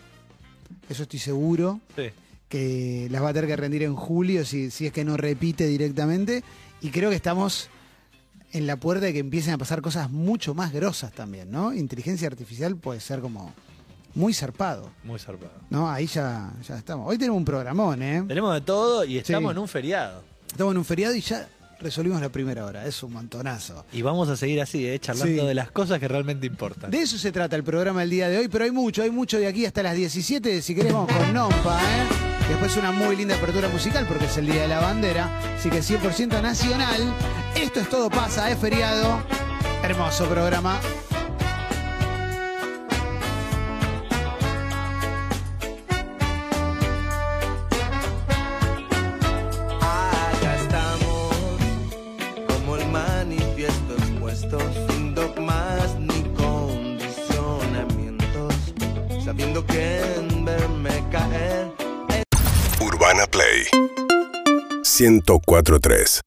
Eso estoy seguro. Sí. que las va a tener que rendir en julio si, si es que no repite directamente. Y creo que estamos en la puerta de que empiecen a pasar cosas mucho más grosas también, ¿no? Inteligencia artificial puede ser como muy zarpado, Muy zarpado. ¿no? Ahí ya, ya estamos. Hoy tenemos un programón, ¿eh? Tenemos de todo y estamos Sí. en un feriado. Estamos en un feriado y ya resolvimos la primera hora. Es un montonazo. Y vamos a seguir así, eh, charlando Sí. de las cosas que realmente importan. De eso se trata el programa del día de hoy, pero hay mucho, hay mucho de aquí hasta las 17. Si querés, vamos con Nompa, ¿eh? Después una muy linda apertura musical porque es el día de la bandera. Así que 100% nacional. Esto es todo pasa, es feriado. Hermoso programa. Acá estamos, como el manifiesto expuesto, sin dogmas ni condicionamientos, sabiendo que en verme caer Urbana Play 104.3